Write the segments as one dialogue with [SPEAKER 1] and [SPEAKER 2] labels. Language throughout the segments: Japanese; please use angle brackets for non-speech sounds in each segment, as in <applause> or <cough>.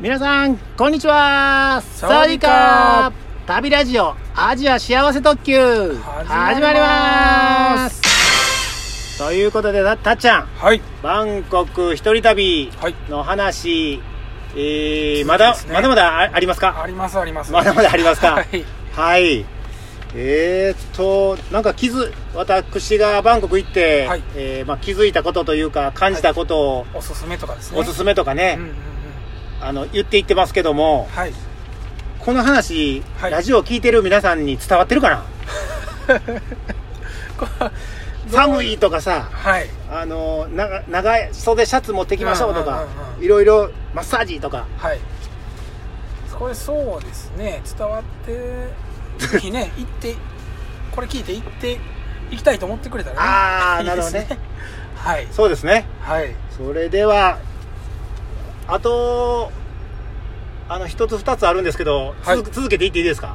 [SPEAKER 1] 皆さんこんにちは
[SPEAKER 2] サワディーカー
[SPEAKER 1] 旅ラジオアジア幸せ特急
[SPEAKER 2] 始まります
[SPEAKER 1] ということでたたっちゃん
[SPEAKER 2] はい
[SPEAKER 1] バンコク一人旅
[SPEAKER 2] はい
[SPEAKER 1] の話、えー、
[SPEAKER 2] 続き
[SPEAKER 1] まだ
[SPEAKER 2] ですね
[SPEAKER 1] まだまだあありますか
[SPEAKER 2] ありますあります
[SPEAKER 1] まだまだありますか
[SPEAKER 2] <laughs> はい
[SPEAKER 1] はいえー、っとなんか気づ私がバンコク行って、
[SPEAKER 2] はい
[SPEAKER 1] えーまあ、気づいたことというか感じたことを
[SPEAKER 2] おすすめとかですね
[SPEAKER 1] おすすめとかね、
[SPEAKER 2] うんうんうん
[SPEAKER 1] あの言っていってますけども、
[SPEAKER 2] はい
[SPEAKER 1] この話、
[SPEAKER 2] はい
[SPEAKER 1] ラジオ聞いてる皆さんに伝わってるか
[SPEAKER 2] <laughs>
[SPEAKER 1] な寒いとかさ
[SPEAKER 2] はい
[SPEAKER 1] あの長長い袖シャツ持ってきましょうとか
[SPEAKER 2] うんうんうんうん
[SPEAKER 1] いろいろマッサージとか
[SPEAKER 2] はいこれそうですね伝わってぜひ
[SPEAKER 1] <laughs>
[SPEAKER 2] ね行ってこれ聞いて行って行きたいと思ってくれたらね
[SPEAKER 1] あー
[SPEAKER 2] いいです
[SPEAKER 1] なるほ
[SPEAKER 2] はい
[SPEAKER 1] そうですね
[SPEAKER 2] はい
[SPEAKER 1] それではあとあの一つ二つあるんですけど、
[SPEAKER 2] はい
[SPEAKER 1] 続続けていっていいですか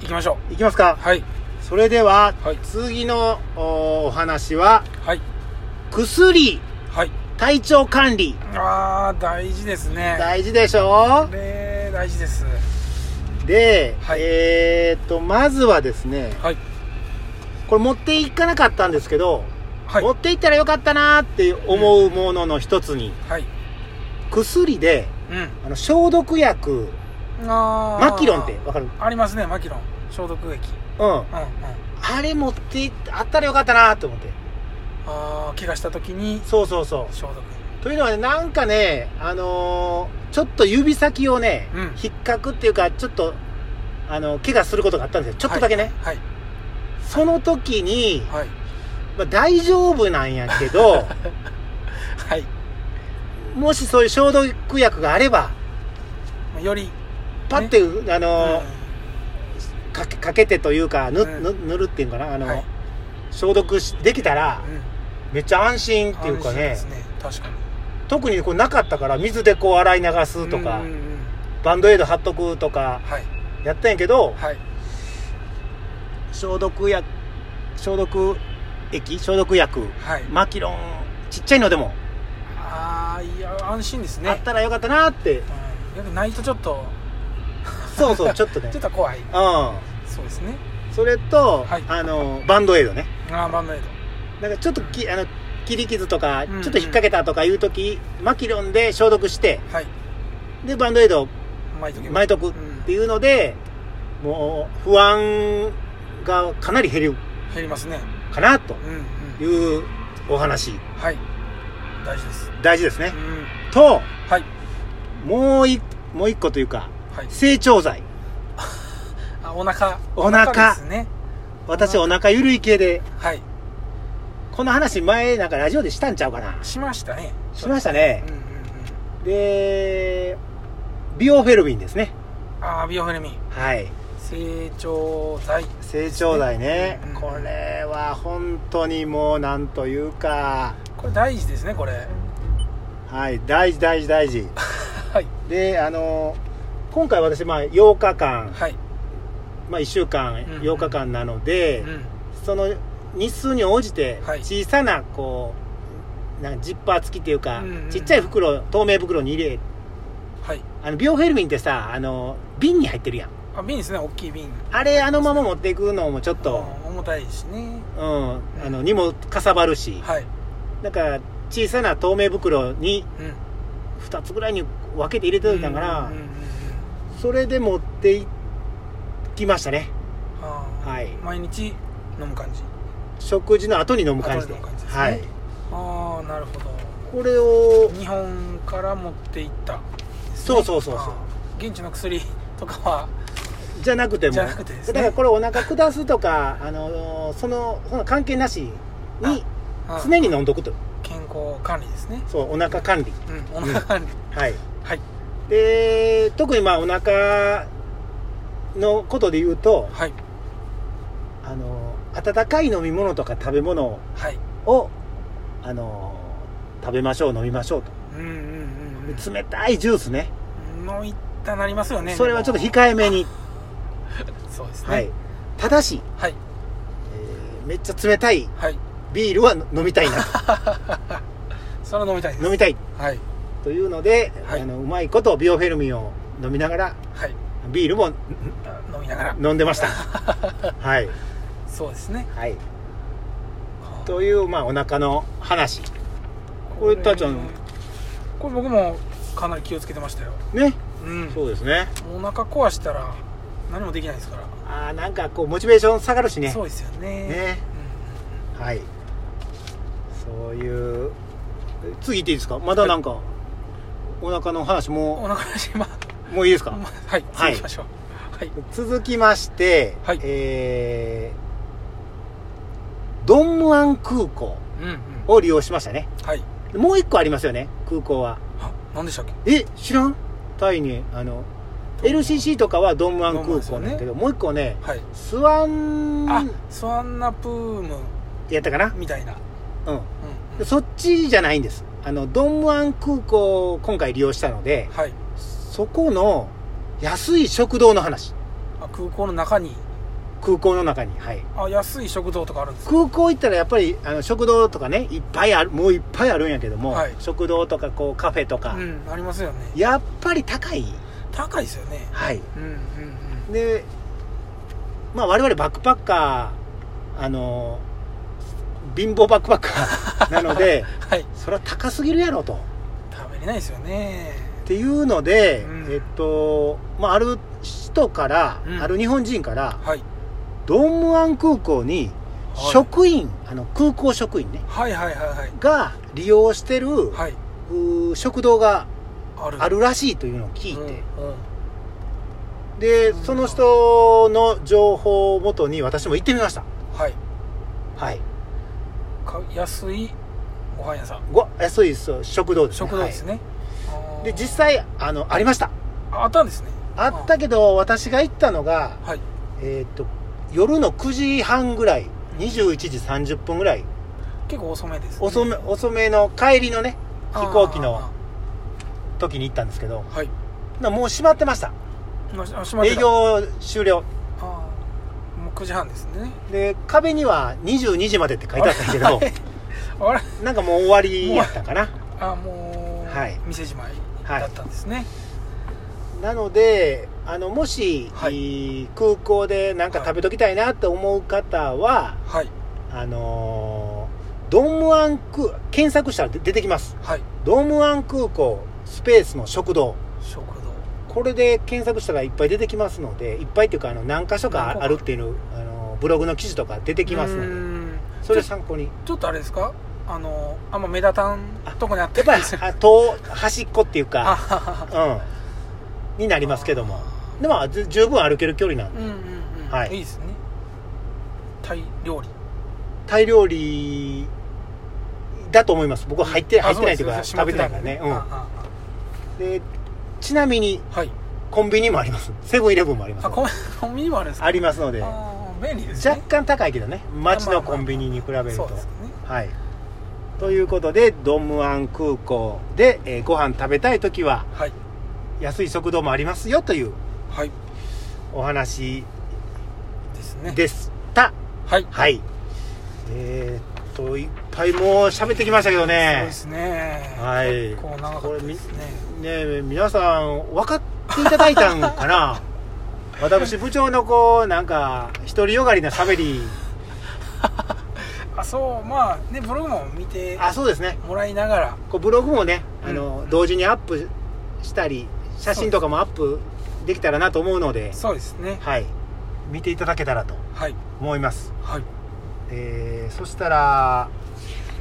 [SPEAKER 2] 行きましょ
[SPEAKER 1] いきますか
[SPEAKER 2] うはい
[SPEAKER 1] それでは、
[SPEAKER 2] はい
[SPEAKER 1] 次のおお話は
[SPEAKER 2] はい
[SPEAKER 1] 薬
[SPEAKER 2] はい
[SPEAKER 1] 体調管理
[SPEAKER 2] あー大事ですね
[SPEAKER 1] 大事でしょ
[SPEAKER 2] これ大事です
[SPEAKER 1] で、
[SPEAKER 2] はい
[SPEAKER 1] えー、っとまずはですね
[SPEAKER 2] はい
[SPEAKER 1] これ持っていかなかったんですけど、
[SPEAKER 2] はい
[SPEAKER 1] 持っていったらよかったなーって思うものの一つに、
[SPEAKER 2] はい
[SPEAKER 1] 薬で
[SPEAKER 2] うん
[SPEAKER 1] あの消毒薬
[SPEAKER 2] あー
[SPEAKER 1] マキロンってわかる
[SPEAKER 2] ありますねマキロン消毒液
[SPEAKER 1] うん
[SPEAKER 2] うんうん
[SPEAKER 1] あれ持っていっあったらよかったなーって思って
[SPEAKER 2] ああ怪我した時に
[SPEAKER 1] そうそうそ
[SPEAKER 2] 消
[SPEAKER 1] う
[SPEAKER 2] 毒
[SPEAKER 1] というのはねなんかねあのーちょっと指先をね、
[SPEAKER 2] うん
[SPEAKER 1] 引っかくっていうかちょっとあの怪我することがあったんですよちょっとだけね、
[SPEAKER 2] はい
[SPEAKER 1] その時に、
[SPEAKER 2] はい
[SPEAKER 1] まあ、大丈夫なんやけ
[SPEAKER 2] <laughs>
[SPEAKER 1] ど
[SPEAKER 2] はい、
[SPEAKER 1] もしそういう消毒薬があれば
[SPEAKER 2] はい、より
[SPEAKER 1] パッて、あのー
[SPEAKER 2] う
[SPEAKER 1] かけかけてというかぬ,、
[SPEAKER 2] うん
[SPEAKER 1] ぬ塗るっていうんかなあの、
[SPEAKER 2] はい
[SPEAKER 1] 消毒しできたら
[SPEAKER 2] んうん
[SPEAKER 1] めっちゃ安心っていうか
[SPEAKER 2] 安心
[SPEAKER 1] ね
[SPEAKER 2] ですね確か
[SPEAKER 1] 特にこうなかったから水でこう洗い流す
[SPEAKER 2] に
[SPEAKER 1] とか、
[SPEAKER 2] うんうんうん
[SPEAKER 1] バンドエイド貼っとくとか
[SPEAKER 2] はい
[SPEAKER 1] やったんやけど
[SPEAKER 2] はい
[SPEAKER 1] 消毒薬消毒液消毒薬
[SPEAKER 2] はい、
[SPEAKER 1] マキロンちっちゃいのでも、
[SPEAKER 2] ああいや安心です
[SPEAKER 1] あっ
[SPEAKER 2] ね
[SPEAKER 1] たらよかったなって
[SPEAKER 2] うんよくないとちょっと
[SPEAKER 1] そうそうちょっとね
[SPEAKER 2] <laughs> ちょっと怖い
[SPEAKER 1] うん
[SPEAKER 2] そうですね
[SPEAKER 1] それと、
[SPEAKER 2] はい
[SPEAKER 1] あのバンドエイドね
[SPEAKER 2] ああバンドエイ
[SPEAKER 1] なんかちょっときあの切り傷とか、
[SPEAKER 2] うんうん
[SPEAKER 1] ちょっと引っ掛けたとかいう時マキロンで消毒して
[SPEAKER 2] ドはい
[SPEAKER 1] でバンドエイドを
[SPEAKER 2] 巻いとけば
[SPEAKER 1] 巻いとくっていうので、もう不安がかなり減る
[SPEAKER 2] うん減りますね
[SPEAKER 1] かなと
[SPEAKER 2] うんうん
[SPEAKER 1] いうお話
[SPEAKER 2] はい大事です
[SPEAKER 1] 大事ですね
[SPEAKER 2] う、ん
[SPEAKER 1] と
[SPEAKER 2] はい
[SPEAKER 1] もういもう一個というか
[SPEAKER 2] はい
[SPEAKER 1] 成長剤
[SPEAKER 2] あお腹
[SPEAKER 1] お腹
[SPEAKER 2] ですね
[SPEAKER 1] 私お腹ゆるい系で
[SPEAKER 2] はい
[SPEAKER 1] この話前なんかラジオでしたんちゃうかな
[SPEAKER 2] しましたね
[SPEAKER 1] しま
[SPEAKER 2] し
[SPEAKER 1] したね
[SPEAKER 2] うんうん
[SPEAKER 1] でビオフェルミンですね
[SPEAKER 2] うんああビオフェルミン
[SPEAKER 1] はい
[SPEAKER 2] 成長剤
[SPEAKER 1] 成長剤ね、
[SPEAKER 2] うん
[SPEAKER 1] これは本当にもうなんというか
[SPEAKER 2] これ大事ですねこれ
[SPEAKER 1] はい大事大事大事
[SPEAKER 2] はい
[SPEAKER 1] であの今回私まあ8日間、
[SPEAKER 2] はい
[SPEAKER 1] まあ、1週間
[SPEAKER 2] うん
[SPEAKER 1] 8日間なので、
[SPEAKER 2] うん
[SPEAKER 1] その日数に応じて
[SPEAKER 2] はい
[SPEAKER 1] 小さなこうなんかジッパー付きっていうか、
[SPEAKER 2] うんうん
[SPEAKER 1] ちっちゃい袋透明袋に入れ
[SPEAKER 2] はい
[SPEAKER 1] あのビオフェルミンってさあの瓶に入ってるやん
[SPEAKER 2] あ瓶ですね大きい瓶
[SPEAKER 1] あれあのまま持っていくのもちょっと、
[SPEAKER 2] うん重たいしね
[SPEAKER 1] うん、あのにもかさばるし、
[SPEAKER 2] はい
[SPEAKER 1] だから小さな透明袋に
[SPEAKER 2] うん
[SPEAKER 1] 2つぐらいに分けて入れておいたから、
[SPEAKER 2] うんうんうんうん
[SPEAKER 1] それで持っていきましたね
[SPEAKER 2] あー
[SPEAKER 1] はい
[SPEAKER 2] 毎日飲む感じ
[SPEAKER 1] 食事の後に飲む感じで
[SPEAKER 2] 後に飲む感じですね
[SPEAKER 1] はい
[SPEAKER 2] ああなるほ
[SPEAKER 1] これを
[SPEAKER 2] ど日本から持っていったですね
[SPEAKER 1] そうそうそうそう
[SPEAKER 2] あー現地の薬とかは
[SPEAKER 1] じゃなくても
[SPEAKER 2] じゃなくてですね
[SPEAKER 1] だからこれお腹下すとか、あのーそのその関係なしに
[SPEAKER 2] あー
[SPEAKER 1] 常に飲んどくと
[SPEAKER 2] 健康管理ですね
[SPEAKER 1] そうお腹管理
[SPEAKER 2] うんお腹管理
[SPEAKER 1] はい
[SPEAKER 2] はい
[SPEAKER 1] で特にまあお腹のことで言うと、
[SPEAKER 2] はい
[SPEAKER 1] あのー温かい飲み物とか食べ物
[SPEAKER 2] はい
[SPEAKER 1] を、あのー食べましょう飲みましょうと
[SPEAKER 2] うんうんうんうん
[SPEAKER 1] 冷たいジュースね
[SPEAKER 2] もういったなりますよね
[SPEAKER 1] それはちょっと控えめに、
[SPEAKER 2] そうですね
[SPEAKER 1] はい、ただし、
[SPEAKER 2] はい
[SPEAKER 1] えーめっちゃ冷たい
[SPEAKER 2] はい <laughs>
[SPEAKER 1] ビールは飲みたいな
[SPEAKER 2] それは飲みたいです
[SPEAKER 1] 飲みたい
[SPEAKER 2] はい
[SPEAKER 1] というので、
[SPEAKER 2] はい
[SPEAKER 1] あのうまいことビオフェルミンを飲みながら
[SPEAKER 2] はい
[SPEAKER 1] ビールも
[SPEAKER 2] あ飲みながら
[SPEAKER 1] 飲んでましたはい、
[SPEAKER 2] <laughs> そうですね
[SPEAKER 1] はい、というまあお腹の話これたっちゃん
[SPEAKER 2] これ僕もかなり気をつけてましたよ
[SPEAKER 1] ね
[SPEAKER 2] うん
[SPEAKER 1] そうですね
[SPEAKER 2] お腹壊したら何もできないですから、
[SPEAKER 1] あーなんかこうモチベーション下がるしね
[SPEAKER 2] そうですよね
[SPEAKER 1] ねはいそういう次行っていいですかまだなんか、お腹の話
[SPEAKER 2] うんお
[SPEAKER 1] も
[SPEAKER 2] 腹がしま
[SPEAKER 1] うもういいですか、
[SPEAKER 2] はい次
[SPEAKER 1] はい
[SPEAKER 2] 行きましょうはい
[SPEAKER 1] 続きまして、
[SPEAKER 2] はい
[SPEAKER 1] えードンムアン空港
[SPEAKER 2] うんうん
[SPEAKER 1] を利用しましたね
[SPEAKER 2] はい
[SPEAKER 1] もう一個ありますよね空港は
[SPEAKER 2] あ何でしたっけ
[SPEAKER 1] え知らんタイにあの LCC とかはドンムアン空港なんだけど、もう一個ね
[SPEAKER 2] はい
[SPEAKER 1] スワン
[SPEAKER 2] あスワンナプーム
[SPEAKER 1] やったかな
[SPEAKER 2] みたいな
[SPEAKER 1] うん
[SPEAKER 2] うんう
[SPEAKER 1] で
[SPEAKER 2] ん
[SPEAKER 1] そっちじゃないんですあのドンムアン空港を今回利用したので
[SPEAKER 2] はい
[SPEAKER 1] そこの安い食堂の話
[SPEAKER 2] あ空港の中に
[SPEAKER 1] 空港の中にはい
[SPEAKER 2] あ安い食堂とかあるんですか
[SPEAKER 1] 空港行ったらやっぱりあの食堂とかねいっぱいあるもういっぱいあるんやけども、
[SPEAKER 2] はい
[SPEAKER 1] 食堂とかこうカフェとか、
[SPEAKER 2] うんありますよね
[SPEAKER 1] やっぱり高い
[SPEAKER 2] 高いですよね
[SPEAKER 1] はい
[SPEAKER 2] うんうんうん
[SPEAKER 1] でまあ我々バックパッカーあの貧乏バックパッカー
[SPEAKER 2] <laughs>
[SPEAKER 1] なので
[SPEAKER 2] はい
[SPEAKER 1] それは高すぎるやろと
[SPEAKER 2] 食べれないですよね
[SPEAKER 1] っていうので、
[SPEAKER 2] うん
[SPEAKER 1] えっと、まあ、ある人から、
[SPEAKER 2] うん
[SPEAKER 1] ある日本人から
[SPEAKER 2] はい
[SPEAKER 1] ドンムアン空港に
[SPEAKER 2] はい
[SPEAKER 1] 職員、あの空港職員ね
[SPEAKER 2] はいはいはいはい
[SPEAKER 1] が利用してる、
[SPEAKER 2] はいう
[SPEAKER 1] ー食堂が
[SPEAKER 2] ある
[SPEAKER 1] あるらしいというのを聞いて、
[SPEAKER 2] うんうん
[SPEAKER 1] で
[SPEAKER 2] うん
[SPEAKER 1] その人の情報をもとに私も行ってみました
[SPEAKER 2] はい
[SPEAKER 1] はい
[SPEAKER 2] か安いご飯屋さん
[SPEAKER 1] ご安いそう食堂ですね
[SPEAKER 2] 食堂です
[SPEAKER 1] は
[SPEAKER 2] ね、
[SPEAKER 1] い
[SPEAKER 2] あー
[SPEAKER 1] で実際あのありました
[SPEAKER 2] ああったんですね
[SPEAKER 1] あったけど私が行ったのが
[SPEAKER 2] はい
[SPEAKER 1] えーっと夜の9時半ぐらい21時30分ぐらい
[SPEAKER 2] 結構遅めです、ね、
[SPEAKER 1] 遅め遅めの帰りのね
[SPEAKER 2] あー
[SPEAKER 1] 飛行機の時に行ったんですけど
[SPEAKER 2] はい
[SPEAKER 1] なもう閉まってました
[SPEAKER 2] まあ閉まって
[SPEAKER 1] 営
[SPEAKER 2] た
[SPEAKER 1] 業終了
[SPEAKER 2] あーもう9時半ですね
[SPEAKER 1] で壁には22時までって書いてあったけ
[SPEAKER 2] あ
[SPEAKER 1] ど
[SPEAKER 2] れあれ
[SPEAKER 1] なんかもう終わりやったかな
[SPEAKER 2] あもう、
[SPEAKER 1] はい
[SPEAKER 2] 店じまいだったんですね、
[SPEAKER 1] なのであのもし、
[SPEAKER 2] はい
[SPEAKER 1] いい空港でなんか食べときたいなと思う方は、
[SPEAKER 2] はい、
[SPEAKER 1] あのードームアン空検索したら出出てきます
[SPEAKER 2] はい
[SPEAKER 1] ドームアン空港スペースの食堂
[SPEAKER 2] 食堂
[SPEAKER 1] これで検索したらいっぱい出てきますのでいっぱいっていうかあの何箇所か
[SPEAKER 2] 何個か
[SPEAKER 1] あるっていうあのブログの記事とか出てきます
[SPEAKER 2] う
[SPEAKER 1] ので
[SPEAKER 2] ーん
[SPEAKER 1] それ
[SPEAKER 2] ちょ
[SPEAKER 1] 参考に
[SPEAKER 2] ちょっとあれですかあのあんま目立たんとこにあ
[SPEAKER 1] や
[SPEAKER 2] って
[SPEAKER 1] っ
[SPEAKER 2] <laughs>
[SPEAKER 1] ぱりあ遠端っこっていう
[SPEAKER 2] あ
[SPEAKER 1] か、
[SPEAKER 2] ははは
[SPEAKER 1] うん、になりますけどもでもじゅ十分歩ける距離なんで
[SPEAKER 2] うんうんうん、
[SPEAKER 1] はい
[SPEAKER 2] いですねタイ料理
[SPEAKER 1] タイ料理だと思います僕は入って
[SPEAKER 2] あ
[SPEAKER 1] 入ってないと
[SPEAKER 2] そ
[SPEAKER 1] いう
[SPEAKER 2] う
[SPEAKER 1] か
[SPEAKER 2] です
[SPEAKER 1] 食べてないからね、
[SPEAKER 2] 閉まってたんだね
[SPEAKER 1] うん、でちなみに
[SPEAKER 2] あああはい
[SPEAKER 1] コンビニもありますセブンイレブンもあります
[SPEAKER 2] あコンコンビニもあるんですか
[SPEAKER 1] ありますので若
[SPEAKER 2] あー便利ですね
[SPEAKER 1] 干高いけどね街のコンビニに比べる
[SPEAKER 2] そ
[SPEAKER 1] と
[SPEAKER 2] うですね
[SPEAKER 1] はいということでドンムアン空港で、えーご飯食べたい時は
[SPEAKER 2] はい
[SPEAKER 1] 安い食堂もありますよという
[SPEAKER 2] はい
[SPEAKER 1] お話
[SPEAKER 2] ですね
[SPEAKER 1] でした
[SPEAKER 2] はいそ
[SPEAKER 1] はいえーっといっぱいもう喋ってきましたけど
[SPEAKER 2] う
[SPEAKER 1] ね
[SPEAKER 2] ですね
[SPEAKER 1] はい
[SPEAKER 2] 結構長かったですね
[SPEAKER 1] ねえ皆さん分かっていただいたんか
[SPEAKER 2] <laughs>
[SPEAKER 1] な私部長のこうなんか独りよがりな喋り
[SPEAKER 2] あそうまあねブログも見て
[SPEAKER 1] あそうですね
[SPEAKER 2] もらいながら
[SPEAKER 1] こうブログもね、
[SPEAKER 2] うん
[SPEAKER 1] あの同時にアップしたり写真とかもアップできたらなと思うので
[SPEAKER 2] そうですね
[SPEAKER 1] はい見ていただけたらと
[SPEAKER 2] はい
[SPEAKER 1] 思います、
[SPEAKER 2] はい
[SPEAKER 1] えーそしたら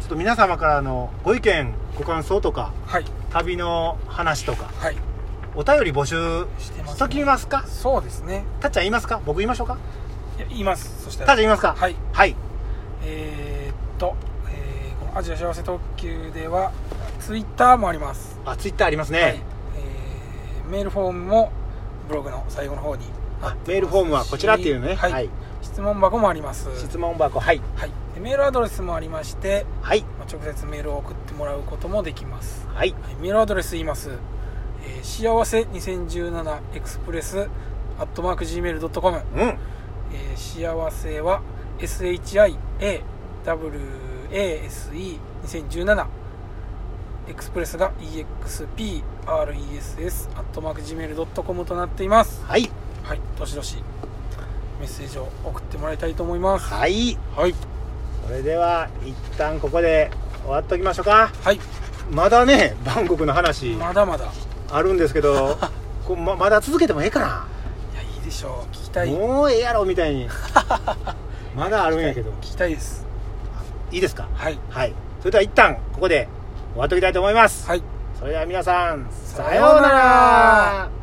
[SPEAKER 1] ちょっと皆様からのご意見ご感想とか
[SPEAKER 2] はい
[SPEAKER 1] 旅の話とか
[SPEAKER 2] はい
[SPEAKER 1] お便り募集
[SPEAKER 2] してますね
[SPEAKER 1] しときますか
[SPEAKER 2] そうですね
[SPEAKER 1] たっちゃん言いますか僕言いましょうか
[SPEAKER 2] いや言いますそした
[SPEAKER 1] たっ
[SPEAKER 2] ら
[SPEAKER 1] ちゃん言いますか
[SPEAKER 2] はい
[SPEAKER 1] はい
[SPEAKER 2] えーっと、えーこのアジア幸せ特急ではツイッターもあります、
[SPEAKER 1] あツイッターあります
[SPEAKER 2] はい
[SPEAKER 1] ね、
[SPEAKER 2] えーメールフォームもブログの最後の方に
[SPEAKER 1] あメールフォームはこちらっていうね
[SPEAKER 2] はい質問箱もあります、
[SPEAKER 1] 質問箱はい
[SPEAKER 2] はい、でメールアドレスもありまして、
[SPEAKER 1] はい
[SPEAKER 2] まあ、直接メールを送ってもらうこともできます、
[SPEAKER 1] はい
[SPEAKER 2] はい、メールアドレス言います、えー幸せ2017エクスプレスアットマーク Gmail.com
[SPEAKER 1] うん
[SPEAKER 2] えー幸せは SHIAWASE2017 エクスプレスが express.gmail.com となっています
[SPEAKER 1] はい
[SPEAKER 2] はいどしどしメッセージを送ってもらいたいと思います
[SPEAKER 1] はい
[SPEAKER 2] はい
[SPEAKER 1] それでは一旦ここで終わっときましょうか
[SPEAKER 2] はい
[SPEAKER 1] まだねバンコクの話
[SPEAKER 2] まだまだい
[SPEAKER 1] あるんですけ <laughs> どこうままだ続けてもええか
[SPEAKER 2] やいいでしょう聞き
[SPEAKER 1] な、
[SPEAKER 2] たい聞
[SPEAKER 1] もうええやろみた <laughs> いにまだあるんやけど
[SPEAKER 2] きたいです
[SPEAKER 1] いいですか
[SPEAKER 2] はい
[SPEAKER 1] はいそれでは一旦ここで終わっときたいと思います
[SPEAKER 2] はい
[SPEAKER 1] それでは皆さん
[SPEAKER 2] さようなら